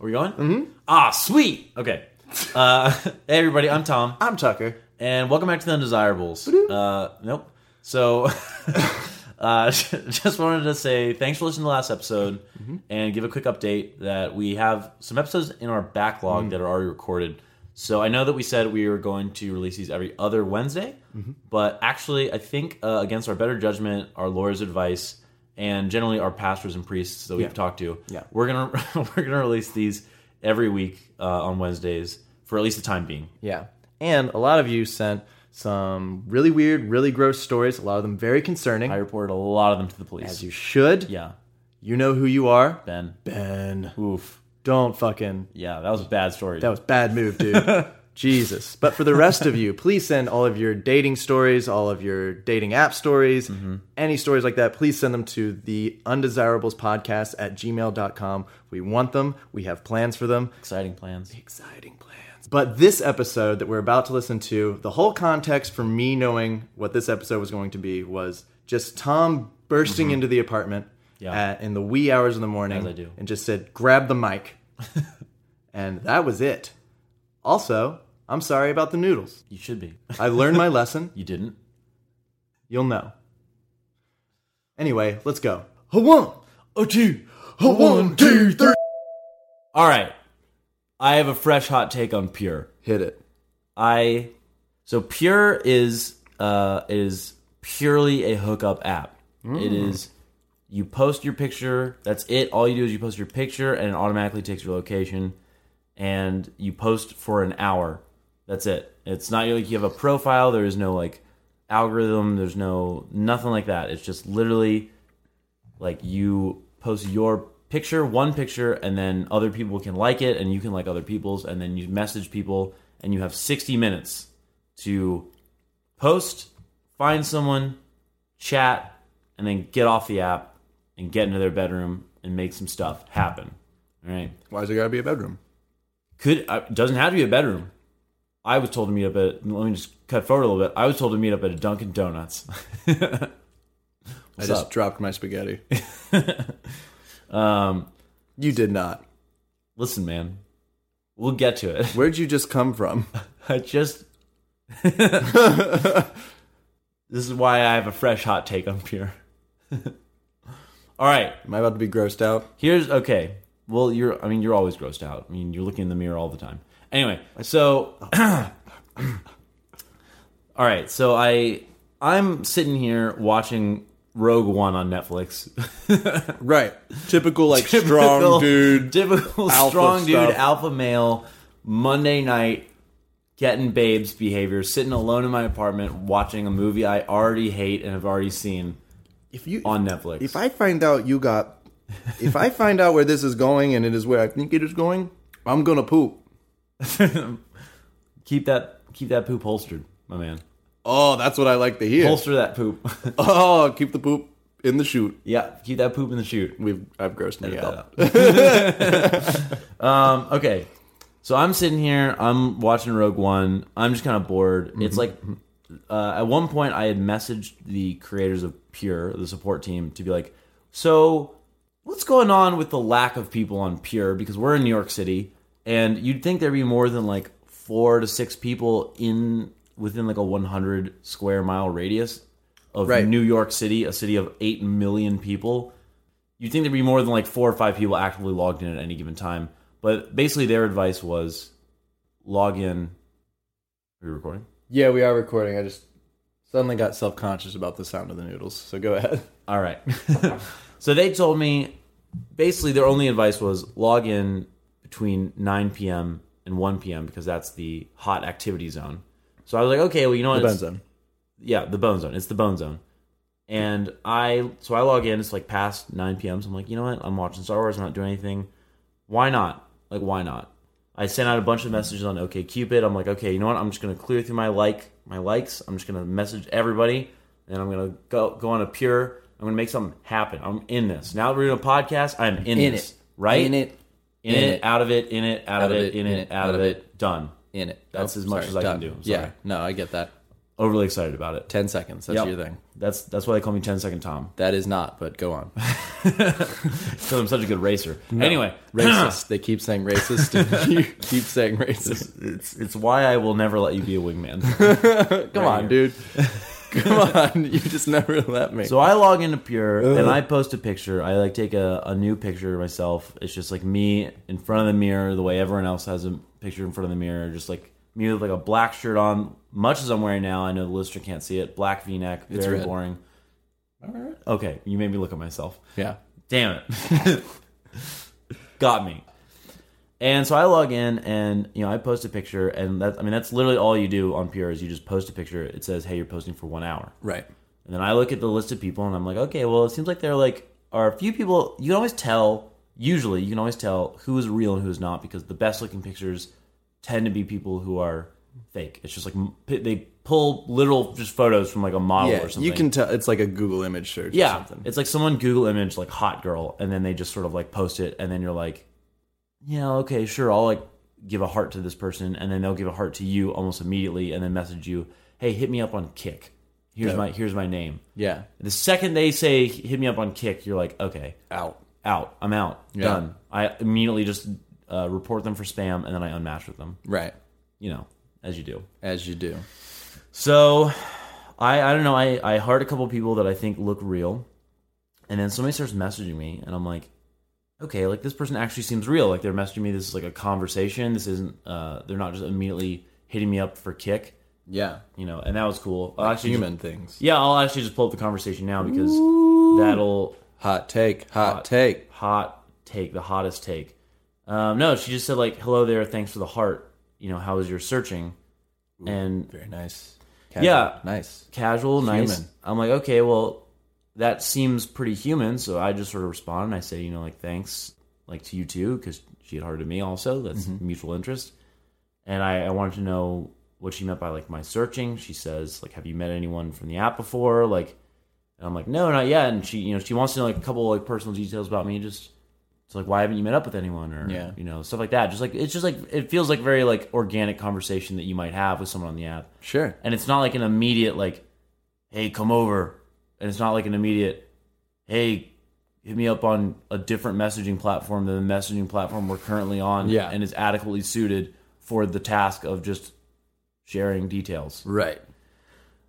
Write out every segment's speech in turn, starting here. Are we going? Mm-hmm. Ah, sweet. Okay. Uh, hey, everybody. I'm Tom, I'm Tucker. and welcome back to the Undesirables. Uh, nope. So, uh, just wanted to say thanks for listening to the last episode Mm-hmm. and give a quick update that we have some episodes in our Mm. backlog that are already recorded. So I know that we said we were going to release these every other Wednesday, Mm-hmm. but actually, I think uh, against our better judgment, our lawyer's advice, and generally our pastors and priests that we've Yeah. talked to, Yeah. we're gonna we're gonna release these every week uh, on Wednesdays for at least the time being. Yeah. And a lot of you sent some really weird, really gross stories, a lot of them very concerning. I reported a lot of them to the police. as you should. yeah, You know who you are. Ben. Ben. Oof. Don't fucking. Yeah, that was a bad story. That was bad move, dude. Jesus. But for the rest of you, please send all of your dating stories, all of your dating app stories, any stories like that, please send them to the undesirables podcast at gmail.com. We want them. We have plans for them. exciting plans. Exciting plans. But this episode that we're about to listen to, the whole context for me knowing what this episode was going to be was just Tom bursting into the apartment Mm-hmm. Yeah. at, in the wee hours of the morning As I do. and just said, grab the mic. and that was it. Also, I'm sorry about the noodles. You should be. I learned my lesson. You didn't. You'll know. Anyway, let's go. A one, Oh, two. a one, two, three. All right. I have a fresh hot take on Pure. Hit it. I so Pure is uh is purely a hookup app. It is you post your picture. That's it. All you do is you post your picture, and it automatically takes your location. And you post for an hour. That's it. It's not like you have a profile. There is no like algorithm. There's no nothing like that. It's just literally like you post your picture one picture and then other people can like it and you can like other people's and then you message people and you have 60 minutes to post find someone chat and then get off the app and get into their bedroom and make some stuff happen all right Why's it gotta be a bedroom? could uh, doesn't have to be a bedroom i was told to meet up at let me just cut forward a little bit i was told to meet up at a dunkin' donuts I just up? dropped my spaghetti. um You did not. listen man we'll get to it Where'd you just come from? I just. this is why I have a fresh hot take on Pure. All right, Am I about to be grossed out? here's okay. Well, you're. I mean, you're always grossed out. I mean, you're looking in the mirror all the time. Anyway, so. all right, so I I'm sitting here watching Rogue One on Netflix. Right. Typical, like, Typical- strong dude. typical alpha strong dude, stuff. alpha male, Monday night, getting babes behavior, sitting alone in my apartment watching a movie I already hate and have already seen If you, on Netflix. if I find out you got, if I find out where this is going and it is where I think it is going, I'm gonna poop. keep that keep that poop holstered, my man. Oh, that's what I like to hear. Holster that poop. Oh, keep the poop in the chute. yeah, keep that poop in the chute. We've, I've grossed me that out. Um, okay. So I'm sitting here, I'm watching Rogue One. I'm just kind of bored. Mm-hmm. It's like uh, at one point I had messaged the creators of Pure, the support team, to be like, "So, what's going on with the lack of people on Pure because we're in New York City and you'd think there'd be more than like 4 to 6 people in within like a 100 square mile radius of Right. New York City, a city of 8 million people." you'd think there'd be more than like four or five people actively logged in at any given time. But basically, their advice was log in. Are you recording? Yeah, we are recording. I just suddenly got self conscious about the sound of the noodles. So go ahead. All right. so they told me basically their only advice was log in between 9 p.m. and 1 p.m. because that's the hot activity zone. So I was like, okay, well, you know what? It's- zone. yeah, the bone zone. It's the bone zone. And I so I log in, it's like past nine PM, so I'm like, you know what? I'm watching Star Wars, I'm not doing anything. Why not? Like why not? I sent out a bunch of messages on OKCupid. I'm like, okay, you know what? I'm just gonna clear through my like my likes. I'm just gonna message everybody and I'm gonna go go on a pure I'm gonna make something happen. I'm in this. Now that we're doing a podcast, I'm in, in this. it, Right? In it, In, it, out of it, in it, out, of it, in it, out of it, done. in it. That's Oh, as much sorry, as I can done. do. I'm Yeah, sorry. no, I get that. Overly excited about it. 10 seconds. That's Yep. your thing. That's that's why they call me 10 Second Tom That is not, but go on. because I'm such a good racer. Anyway, Racist. they keep saying racist. and you keep saying racist. it's it's why I will never let you be a wingman. Come on, dude. Come on. You just never let me. so I log into Pure and I post a picture. I like take a, a new picture of myself. It's just like me in front of the mirror, the way everyone else has a picture in front of the mirror, just like me with like a black shirt on, much as I'm wearing now. I know the listener can't see it. Black V neck, very red. boring. Okay, you made me look at myself. yeah. Damn it. Got me. And so I log in and you know I post a picture and that I mean that's literally all you do on PR is you just post a picture. It says, "Hey, you're posting for 1 hour." Right. And then I look at the list of people and I'm like, "Okay, well, it seems like there are like are a few people you can always tell usually you can always tell who is real and who is not because the best looking pictures tend to be people who are fake. It's just like m- p- they pull literal just photos from like a model Yeah. or something. You can tell it's like a Google image search or Yeah, something. it's like someone Google image like hot girl, and then they just sort of like post it, and then you're like, yeah, okay, sure, I'll like give a heart to this person, and then they'll give a heart to you almost immediately, and then message you, hey, hit me up on Kick. Here's my here's my name. Yeah. The second they say hit me up on Kick, you're like, okay, Out. out, I'm out, done. I immediately just uh, report them for spam, and then I unmatch with them. Right. You know, as you do. As you do. So, I I don't know. I I heard a couple people that I think look real, and then somebody starts messaging me, and I'm like, okay, like this person actually seems real. Like they're messaging me. This is like a conversation. This isn't. Uh, they're not just immediately hitting me up for kick. Yeah. You know, and that was cool. I'll actually, Human things. yeah, I'll actually just pull up the conversation now because that'll Hot take. Hot, take. hot take, the hottest take. Um, no, she just said like, hello there, thanks for the heart. You know, how was your searching? and Very nice. Yeah. Nice. casual, nice. human. I'm like, okay, well, that seems pretty human. So I just sort of respond and I say, you know, like thanks, like to you too, because she had hearted me also. That's Mm-hmm. mutual interest. And I, I wanted to know what she meant by like my searching. She says, like, have you met anyone from the app before? Like, and I'm like, no, not yet. And she, you know, she wants to know like a couple like personal details about me, just. So like, why haven't you met up with anyone, or Yeah. you know, stuff like that? Just like it's just like it feels like very like organic conversation that you might have with someone on the app Sure. and it's not like an immediate like hey come over and it's not like an immediate hey hit me up on a different messaging platform than the messaging platform we're currently on Yeah. and is adequately suited for the task of just sharing details Right.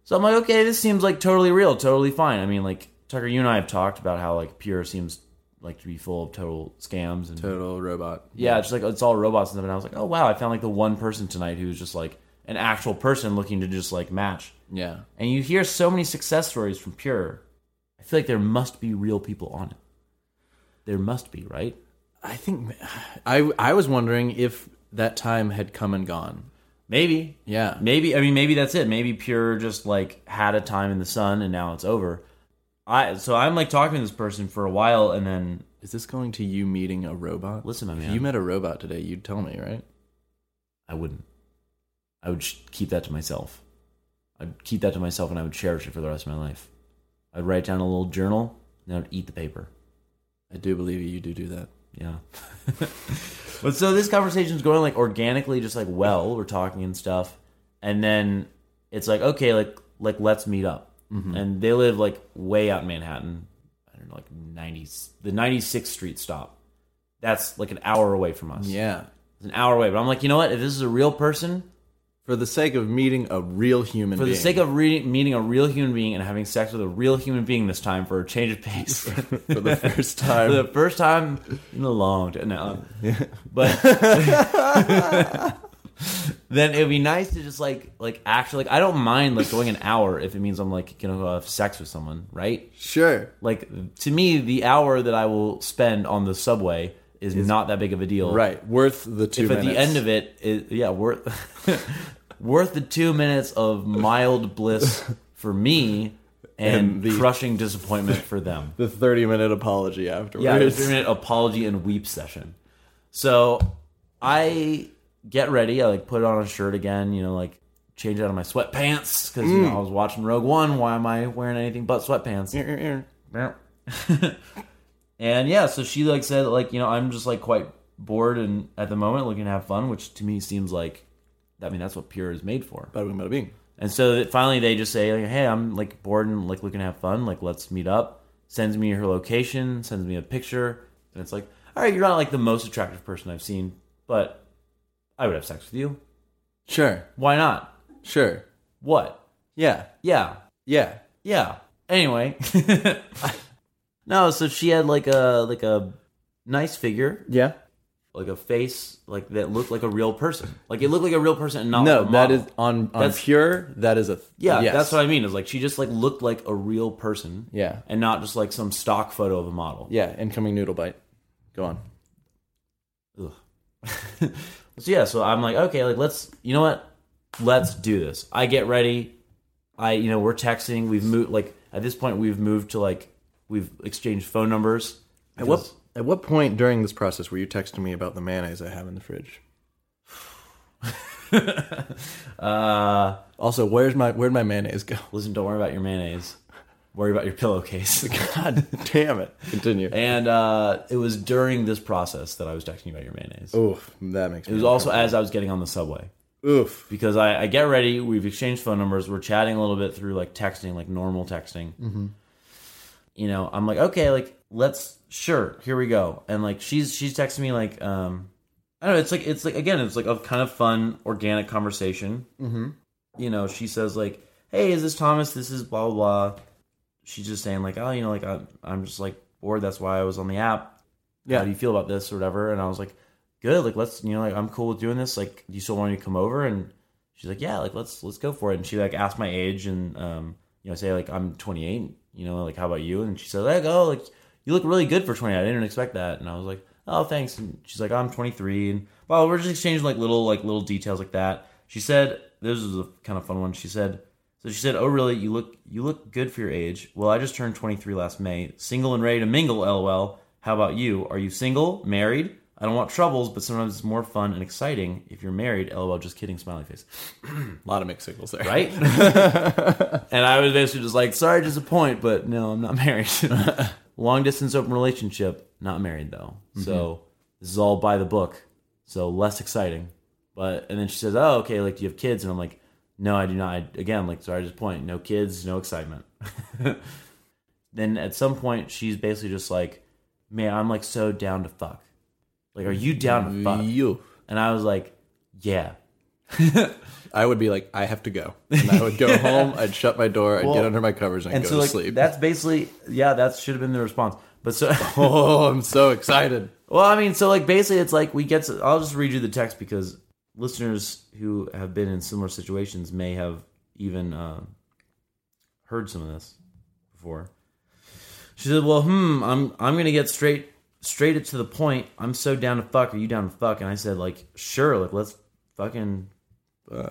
so i'm like okay this seems like totally real totally fine i mean like tucker you and i have talked about how like pure seems like to be full of total scams and Total robot. yeah, it's just like it's all robots and stuff. And I was like, oh wow, I found like the one person tonight who's just like an actual person looking to just like match. Yeah. And you hear so many success stories from Pure. I feel like there must be real people on it. There must be, right? I think I I was wondering if that time had come and gone. Maybe. Yeah. Maybe I mean maybe that's it. Maybe Pure just like had a time in the sun and now it's over. I so I'm like talking to this person for a while and then Is this going to you meeting a robot? Listen, my If man. You met a robot today. You'd tell me, right? I wouldn't. I would sh- keep that to myself. I'd keep that to myself and I would cherish it for the rest of my life. I'd write down a little journal and I'd eat the paper. I do believe you do do that. Yeah. but so this conversation's going like organically, just like well, we're talking and stuff, and then it's like okay, like like let's meet up, and they live like way out in Manhattan. I don't know, like ninety the ninety sixth Street stop. That's like an hour away from us. Yeah. It's an hour away. But I'm like, you know what? If this is a real person, For the sake of meeting a real human. for the being. sake of reading, meeting a real human being and having sex with a real human being this time for a change of pace. for the first For time. the first time in a long time. No, but then it'd be nice to just like like actually like I don't mind like going an hour if it means I'm like gonna go have sex with someone, right? sure. Like to me, the hour that I will spend on the subway is, not that big of a deal, Right. Worth the two. If at the minutes. end of it, it yeah, worth worth the two minutes of mild bliss for me. And, And the- crushing disappointment for them. the thirty-minute apology afterwards. Yeah, three minute apology and weep session. So I get ready. I like put on a shirt again. You know, like change out of my sweatpants because you know I was watching Rogue One. Why am I wearing anything but sweatpants? and yeah, so she like said like you know I'm just like quite bored and at the moment looking to have fun, which to me seems like I mean that's what Pure is made for. Bada bing, bada bing. And so that finally they just say, like, hey, I'm like bored and like looking to have fun. Like, let's meet up. Sends me her location, sends me a picture. And it's like, all right, you're not like the most attractive person I've seen, but I would have sex with you. Sure. Why not? Sure. What? Yeah. Yeah. Yeah. Yeah. Anyway. no, so she had like a like a nice figure, Yeah. like a face like that looked like a real person. Like it looked like a real person and not No, like a that is model. on on That's- pure. That is a th- Yeah, yes. that's what I mean. Is like she just like looked like a real person. Yeah. And not just like some stock photo of a model. Yeah, incoming noodle bite. Go on. Ugh. so yeah, so I'm like, okay, like let's you know what? Let's do this. I get ready. I you know, we're texting, we've moved like at this point we've moved to like we've exchanged phone numbers. At because- what at what point during this process were you texting me about the mayonnaise I have in the fridge? Uh, Also, where's my where'd my mayonnaise go? listen, don't worry about your mayonnaise. Worry about your pillowcase. God damn it! Continue. and uh, it was during this process that I was texting you about your mayonnaise. Oof, that makes It was also as I was getting on the subway oof. because I, I get ready. We've exchanged phone numbers. We're chatting a little bit through like texting, like normal texting. You know, I'm like, okay, like let's sure, here we go. And like she's she's texting me like, um, I don't know. It's like it's like again, it's like a kind of fun organic conversation. Mm-hmm. You know, she says like, hey, is this Thomas? This is blah blah. blah. She's just saying like, oh, you know, like I'm I'm just like bored. That's why I was on the app. Yeah. How do you feel about this or whatever? And I was like, good. Like let's you know like I'm cool with doing this. Like do you still want me to come over and she's like, yeah, like let's let's go for it. And she like asked my age and um, you know, say like I'm 28. You know, like how about you? And she said like, oh, like you look really good for 28. I didn't expect that. And I was like, oh, thanks. And she's like, I'm 23. And well, we're just exchanging like little like little details like that. She said this is a kind of fun one. She said. So she said, "Oh, really? You look you look good for your age. Well, I just turned 23 last May. Single and ready to mingle. LOL. How about you? Are you single? Married? I don't want troubles, but sometimes it's more fun and exciting if you're married. LOL. Just kidding. Smiley face A lot of mixed signals there. right? and I was basically just like, sorry to disappoint, but no, I'm not married. Long distance open relationship, not married though. So this is all by the book. So less exciting. But and then she says, Oh, okay, like do you have kids? And I'm like, No, I do not. I, again, like sorry to disappoint. No kids, no excitement. then at some point she's basically just like, Man, I'm like so down to fuck. Like, are you down to fuck? You. And I was like, Yeah. I would be like, I have to go. And I would go home. I'd shut my door. I'd get under my covers and, I'd and go so to like sleep. that's basically yeah that should have been the response but so oh, I'm so excited. well i mean so like basically it's like we get to, i'll just read you the text because listeners who have been in similar situations may have even uh, heard some of this before she said well hmm i'm i'm gonna get straight straight it to the point i'm so down to fuck are you down to fuck and i said like sure like let's fucking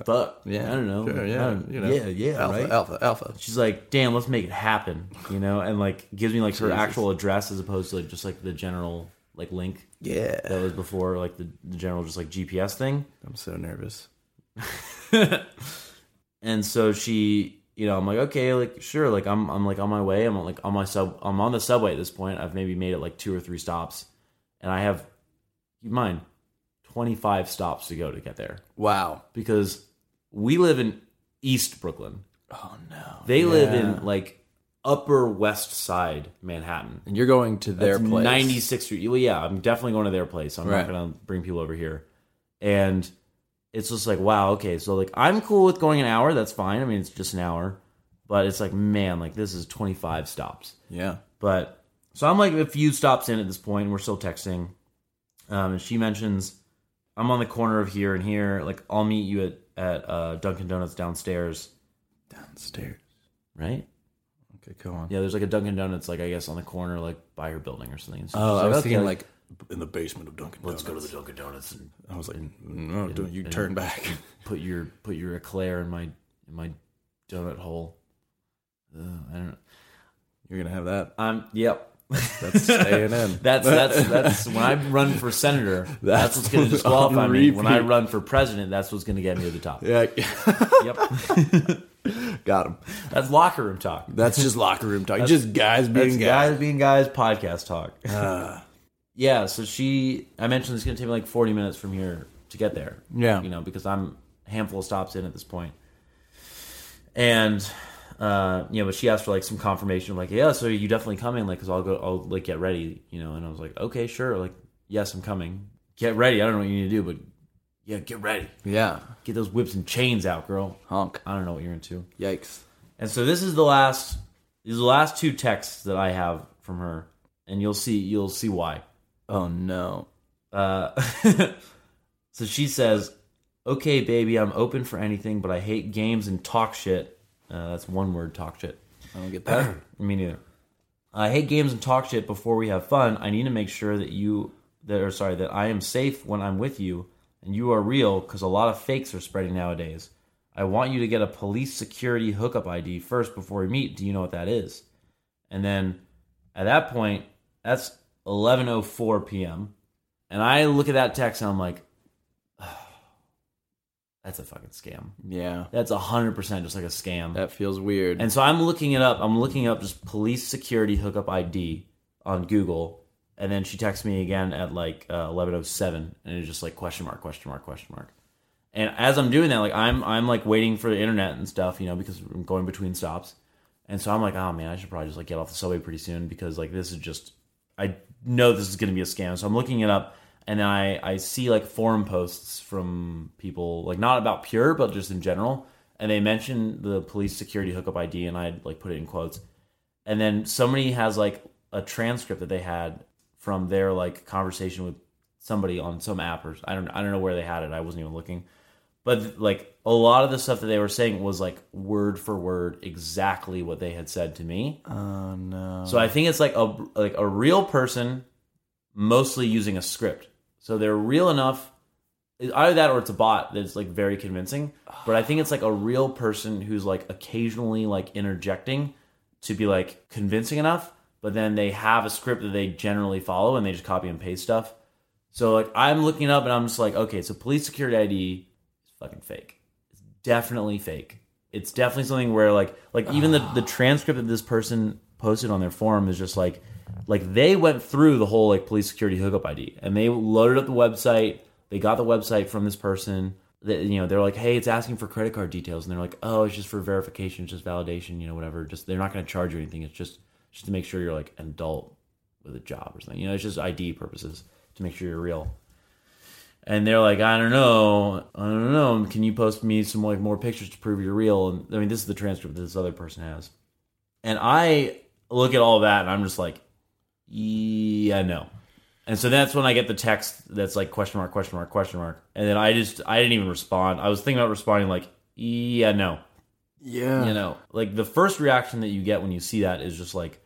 fuck yeah i don't know Sure, I yeah, don't- you know, yeah yeah alpha, right? alpha, alpha. she's like, "Damn, let's make it happen," you know, and like gives me like her actual address as opposed to like just like the general like link Yeah. that was before like the, the general just like GPS thing. I'm so nervous. And so she, you know, I'm like, okay, like sure, like I'm I'm like on my way. I'm like on my sub. I'm on the subway at this point. I've maybe made it like two or three stops, and I have, keep in mind, 25 stops to go to get there Wow. because we live in East Brooklyn. Oh no. They live in like Upper West Side Manhattan. And you're going to their It's place. 96th Street. Well, yeah, I'm definitely going to their place. I'm Right. not going to bring people over here. And it's just like, wow, okay. So, like, I'm cool with going an hour. That's fine. I mean, it's just an hour. But it's like, man, like, this is 25 stops. Yeah. But so I'm like a few stops in at this point, and we're still texting. Um, and she mentions, I'm on the corner of here and here. Like, I'll meet you at, at uh, Dunkin' Donuts downstairs, Downstairs. right? Okay, go on. Yeah, there's like a Dunkin' Donuts, like, I guess on the corner, like by her building or something. And so Oh, she's I was okay, thinking like Mm, in the basement of Dunkin' let's Donuts. go to the Dunkin' Donuts and I was like, no, don't you turn back. put your put your eclair in my in my donut hole. Uh, I don't know. You're gonna have that. Um. Yep. That's staying in. That's that's that's when I run for senator. That's, That's what's going to disqualify me. When I run for president, that's what's going to get me to the top. yeah, Yep. got him. That's locker room talk. That's just locker room talk. just guys being That's guys. guys being guys podcast talk. yeah. So she, I mentioned it's going to take me like forty minutes from here to get there. Yeah. You know, because I'm a handful of stops in at this point. and uh, you know, but she asked for like some confirmation, like, yeah, so you definitely coming, like, cause I'll go, I'll like get ready, you know. And I was like, okay, sure, like, yes, I'm coming. Get ready. I don't know what you need to do, but yeah, get ready. Yeah. Get those whips and chains out, girl. Honk. I don't know what you're into. Yikes. And so this is the last, these are the last two texts that I have from her, and you'll see, you'll see why. Oh no. Uh, so she says, "Okay, baby, I'm open for anything, but I hate games and talk shit." Uh, that's one word, talk shit. I don't get that. Me neither. I hate games and talk shit before we have fun. I need to make sure that you that or sorry that I am safe when I'm with you and you are real because a lot of fakes are spreading nowadays. I want you to get a police security hookup ID first before we meet. Do you know what that is? And then at that point, that's 11:04 p.m. And I look at that text and I'm like, that's a fucking scam. yeah. That's 100% just like a scam. That feels weird. And so I'm looking it up. I'm looking up just police security hookup ID on Google, and then she texts me again at like uh, 11:07, and it's just like question mark, question mark, question mark. And as I'm doing that, like I'm I'm like waiting for the internet and stuff, you know, because I'm going between stops. And so I'm like, oh man, I should probably just like get off the subway pretty soon because like this is just I know this is gonna be a scam. So I'm looking it up and then I, I see like forum posts from people like not about Pure, but just in general. And they mention the police security hookup ID and I like put it in quotes. And then somebody has like a transcript that they had from their like conversation with somebody on some app or I don't I don't know where they had it. I wasn't even looking but like a lot of the stuff that they were saying was like word for word exactly what they had said to me oh no. so i think it's like a like a real person mostly using a script so they're real enough either that or it's a bot that's like very convincing but i think it's like a real person who's like occasionally like interjecting to be like convincing enough but then they have a script that they generally follow and they just copy and paste stuff so like i'm looking it up and i'm just like okay so police security id is fucking fake definitely fake. It's definitely something where like like even the the transcript that this person posted on their forum is just like like they went through the whole like police security hookup ID and they loaded up the website. They got the website from this person. That you know they're like, hey, it's asking for credit card details, and they're like, oh, it's just for verification, it's just validation, you know, whatever. Just they're not going to charge you anything. It's just just to make sure you're like an adult with a job or something. You know, it's just ID purposes to make sure you're real and they're like, I don't know, I don't know. Can you post me some like more pictures to prove you're real? And I mean, this is the transcript that this other person has, and I look at all that and I'm just like, yeah, no. And so that's when I get the text that's like question mark question mark question mark, and then I just I didn't even respond. I was thinking about responding like, yeah, no, yeah. you know, like the first reaction that you get when you see that is just like,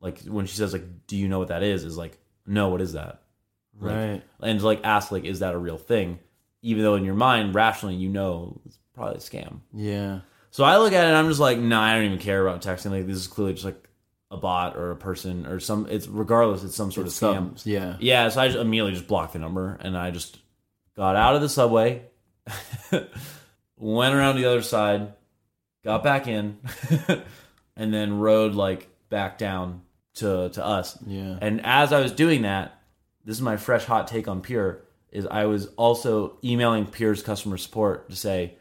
like when she says like, do you know what that is? Is like, no, what is that? Like, Right. and like ask like is that a real thing even though in your mind rationally you know it's probably a scam Yeah. so i look at it and i'm just like nah i don't even care about texting like this is clearly just like a bot or a person or some it's regardless it's some sort It's of scam some- yeah. yeah so i just immediately just blocked the number and i just got out of the subway went around the other side got back in and then rode like back down to to us Yeah. and as I was doing that, this is my fresh hot take on Pure is I was also emailing Pure's customer support to say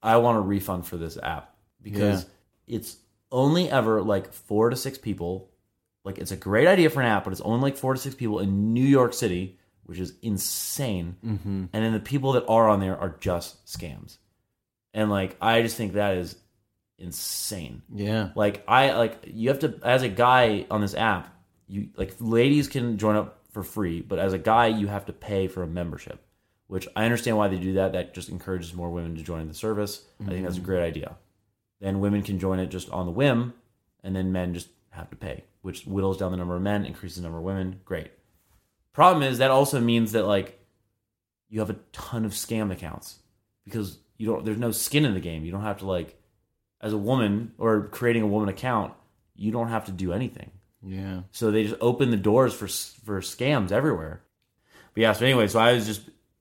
I want a refund for this app because it's only ever like 4 to 6 people. Like it's a great idea for an app, but it's only like 4 to 6 people in New York City, which is insane. Mm-hmm. And then the people that are on there are just scams. And like I just think that is insane Yeah. like i like you have to as a guy on this app you like ladies can join up for free but as a guy you have to pay for a membership which i understand why they do that that just encourages more women to join the service i think that's a great idea then women can join it just on the whim and then men just have to pay which whittles down the number of men increases the number of women great problem is that also means that like you have a ton of scam accounts because you don't there's no skin in the game you don't have to like as a woman or creating a woman account, you don't have to do anything. Yeah. So they just open the doors for for scams everywhere. But yeah, so anyway, so I was just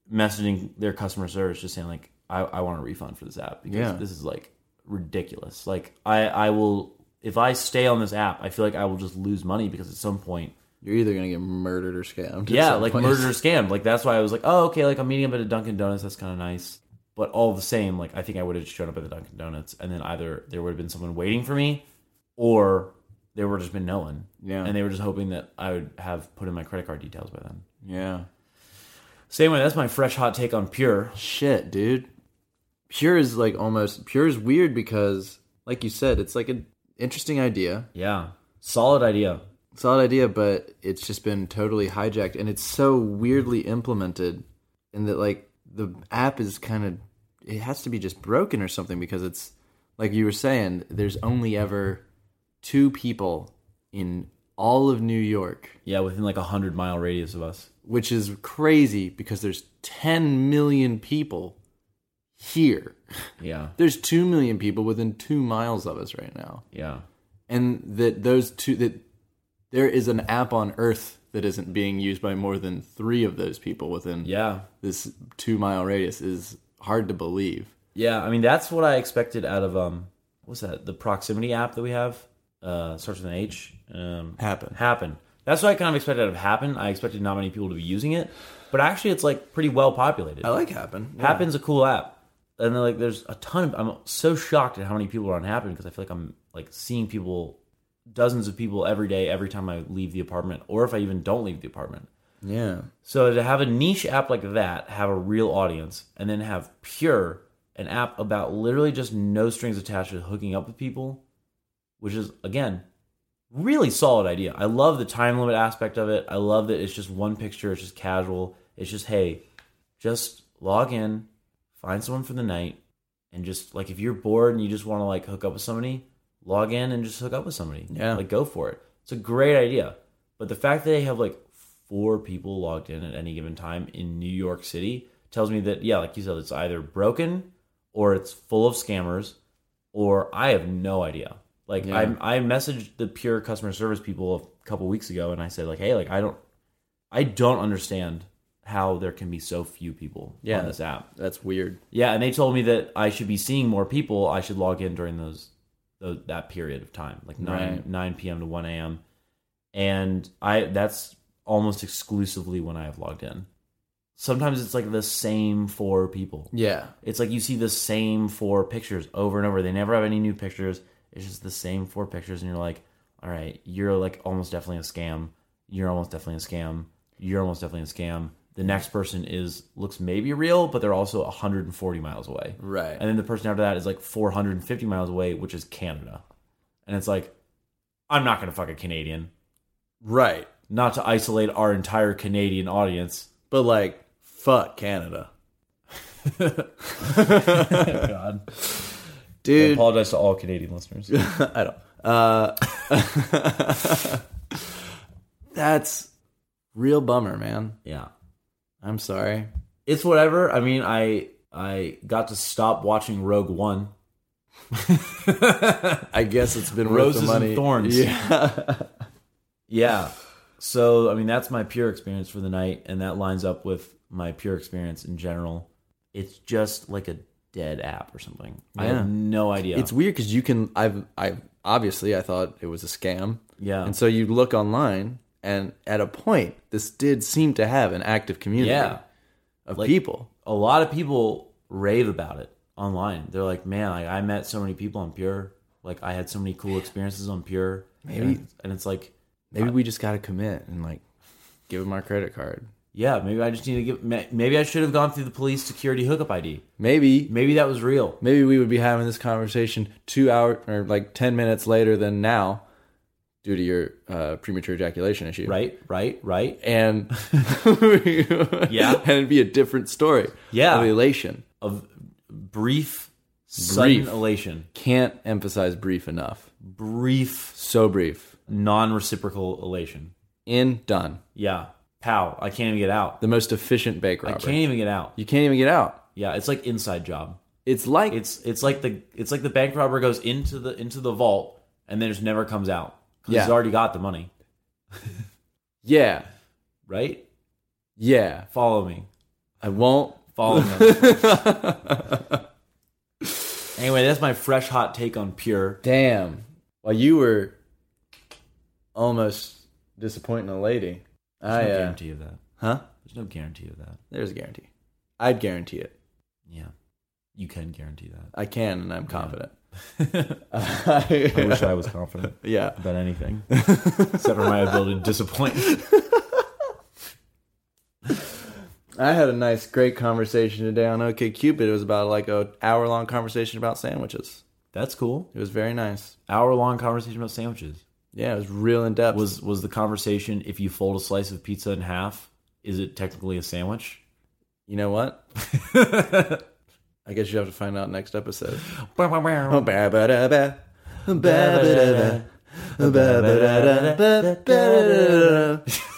messaging their customer service, just saying like, I, I want a refund for this app because Yeah. this is like ridiculous. Like I I will if I stay on this app, I feel like I will just lose money because at some point You're either gonna get murdered or scammed. at yeah, some like point. murder or scammed. Like that's why I was like, oh okay, like I'm meeting up at a Dunkin' Donuts. That's kind of nice. But all the same, like I think I would have shown up at the Dunkin' Donuts, and then either there would have been someone waiting for me, or there would have just been no one. Yeah. And they were just hoping that I would have put in my credit card details by then. Yeah. Same way, that's my fresh hot take on Pure. Shit, dude. Pure is like almost pure is weird because, like you said, it's like an interesting idea, Yeah, solid idea. solid idea, but it's just been totally hijacked, and it's so weirdly implemented, in that like the app is kind of it has to be just broken or something because it's like you were saying, there's only ever two people in all of New York Yeah, within like a hundred mile radius of us. which is crazy because there's 10 million people here. Yeah, There's 2 million people within 2 miles of us right now. yeah. And that those two that there is an app on earth that isn't being used by more than 3 of those people within Yeah. this 2 mile radius is hard to believe. Yeah. I mean, that's what I expected out of um, what's that? The proximity app that we have uh, starts with an H. Um, Happen. Happen. That's what I kind of expected out of Happen. I expected not many people to be using it, but actually, it's like pretty well populated. I like happen. Happen's a cool app, and then like there's a ton of. I'm so shocked at how many people are on Happen because I feel like I'm like seeing people, dozens of people every day, every time I leave the apartment, or if I even don't leave the apartment. Yeah. So to have a niche app like that, have a real audience, and then have Pure, an app about literally just no strings attached to hooking up with people, which is again really solid idea. I love the time limit aspect of it. I love that it's just one picture, it's just casual. It's just hey, just log in, find someone for the night, and just like if you're bored and you just want to like hook up with somebody, log in and just hook up with somebody. Yeah. Like go for it. It's a great idea. But the fact that they have like four people logged in at any given time in New York City tells me that yeah, like you said, it's either broken or it's full of scammers or I have no idea. Like Yeah. I I messaged the pure customer service people a couple weeks ago and I said like, "Hey, like I don't I don't understand how there can be so few people Yeah. on this app." That's weird. Yeah, and they told me that I should be seeing more people. I should log in during those, those that period of time, like nine Right. nine p.m. to one a.m. And I that's almost exclusively when I have logged in. Sometimes it's like the same four people. Yeah. It's like you see the same four pictures over and over. They never have any new pictures. It's just the same four pictures, and you're like, all right, you're like almost definitely a scam. You're almost definitely a scam. You're almost definitely a scam. The next person is looks maybe real, but they're also 140 miles away. Right. And then the person after that is like 450 miles away, which is Canada. And it's like, I'm not gonna fuck a Canadian. Right. Not to isolate our entire Canadian audience. But like fuck Canada. God. I Dude, apologize to all Canadian listeners. I don't. Uh, that's real bummer, man. Yeah. I'm sorry. it's whatever. I mean, I I got to stop watching Rogue One. I guess it's been Roses worth and the money. thorns. Yeah. Yeah. So I mean, that's my pure experience for the night, and that lines up with my pure experience in general. It's just like a dead app or something. I Yeah. have no idea. It's weird because you can. I've. I obviously I thought it was a scam, yeah. and so you look online, and at a point, this did seem to have an active community Yeah. of Like- people. a lot of people rave about it online. They're like, man, like, I met so many people on Pure. Like I had so many cool experiences on Pure. Maybe- And- and it's like, uh, Maybe we just got to commit and like give them our credit card. yeah, maybe I just need to give. ma- Maybe I should have gone through the police security hookup ID. Maybe Maybe that was real. maybe we would be having this conversation two hour or like 10 minutes later than now due to your uh, premature ejaculation issue Right, right, right. and yeah and it'd be a different story Yeah. of elation Of brief, sudden Brief. elation, can't emphasize brief enough brief, so brief non-reciprocal elation. in done Yeah, pow! I can't even get out. the most efficient bank I robber can't even get out. you can't even get out Yeah, it's like inside job. it's like It's it's like the it's like the bank robber goes into the into the vault and then just never comes out because he's Yeah. already got the money. yeah Right? yeah Follow me. i won't Follow me. anyway, that's my fresh hot take on pure. damn while you were almost disappointing a lady There's i no uh, guarantee of that. huh There's no guarantee of that. There's a guarantee. I'd guarantee it. Yeah. You can guarantee that. I can, and I'm confident. I wish I was confident Yeah. about anything except for my ability to disappoint. I had a nice, great conversation today on OK Cupid. It was about like a hour long conversation about sandwiches. That's cool. It was very nice. Hour long conversation about sandwiches. Yeah, it was real in depth. Was was the conversation if you fold a slice of pizza in half, is it technically a sandwich? you know what? I guess you have to find out next episode. That's Ba-ba-da-ba. Ba-ba-da-ba. Ba-ba-da-da. Ba-ba-da-da.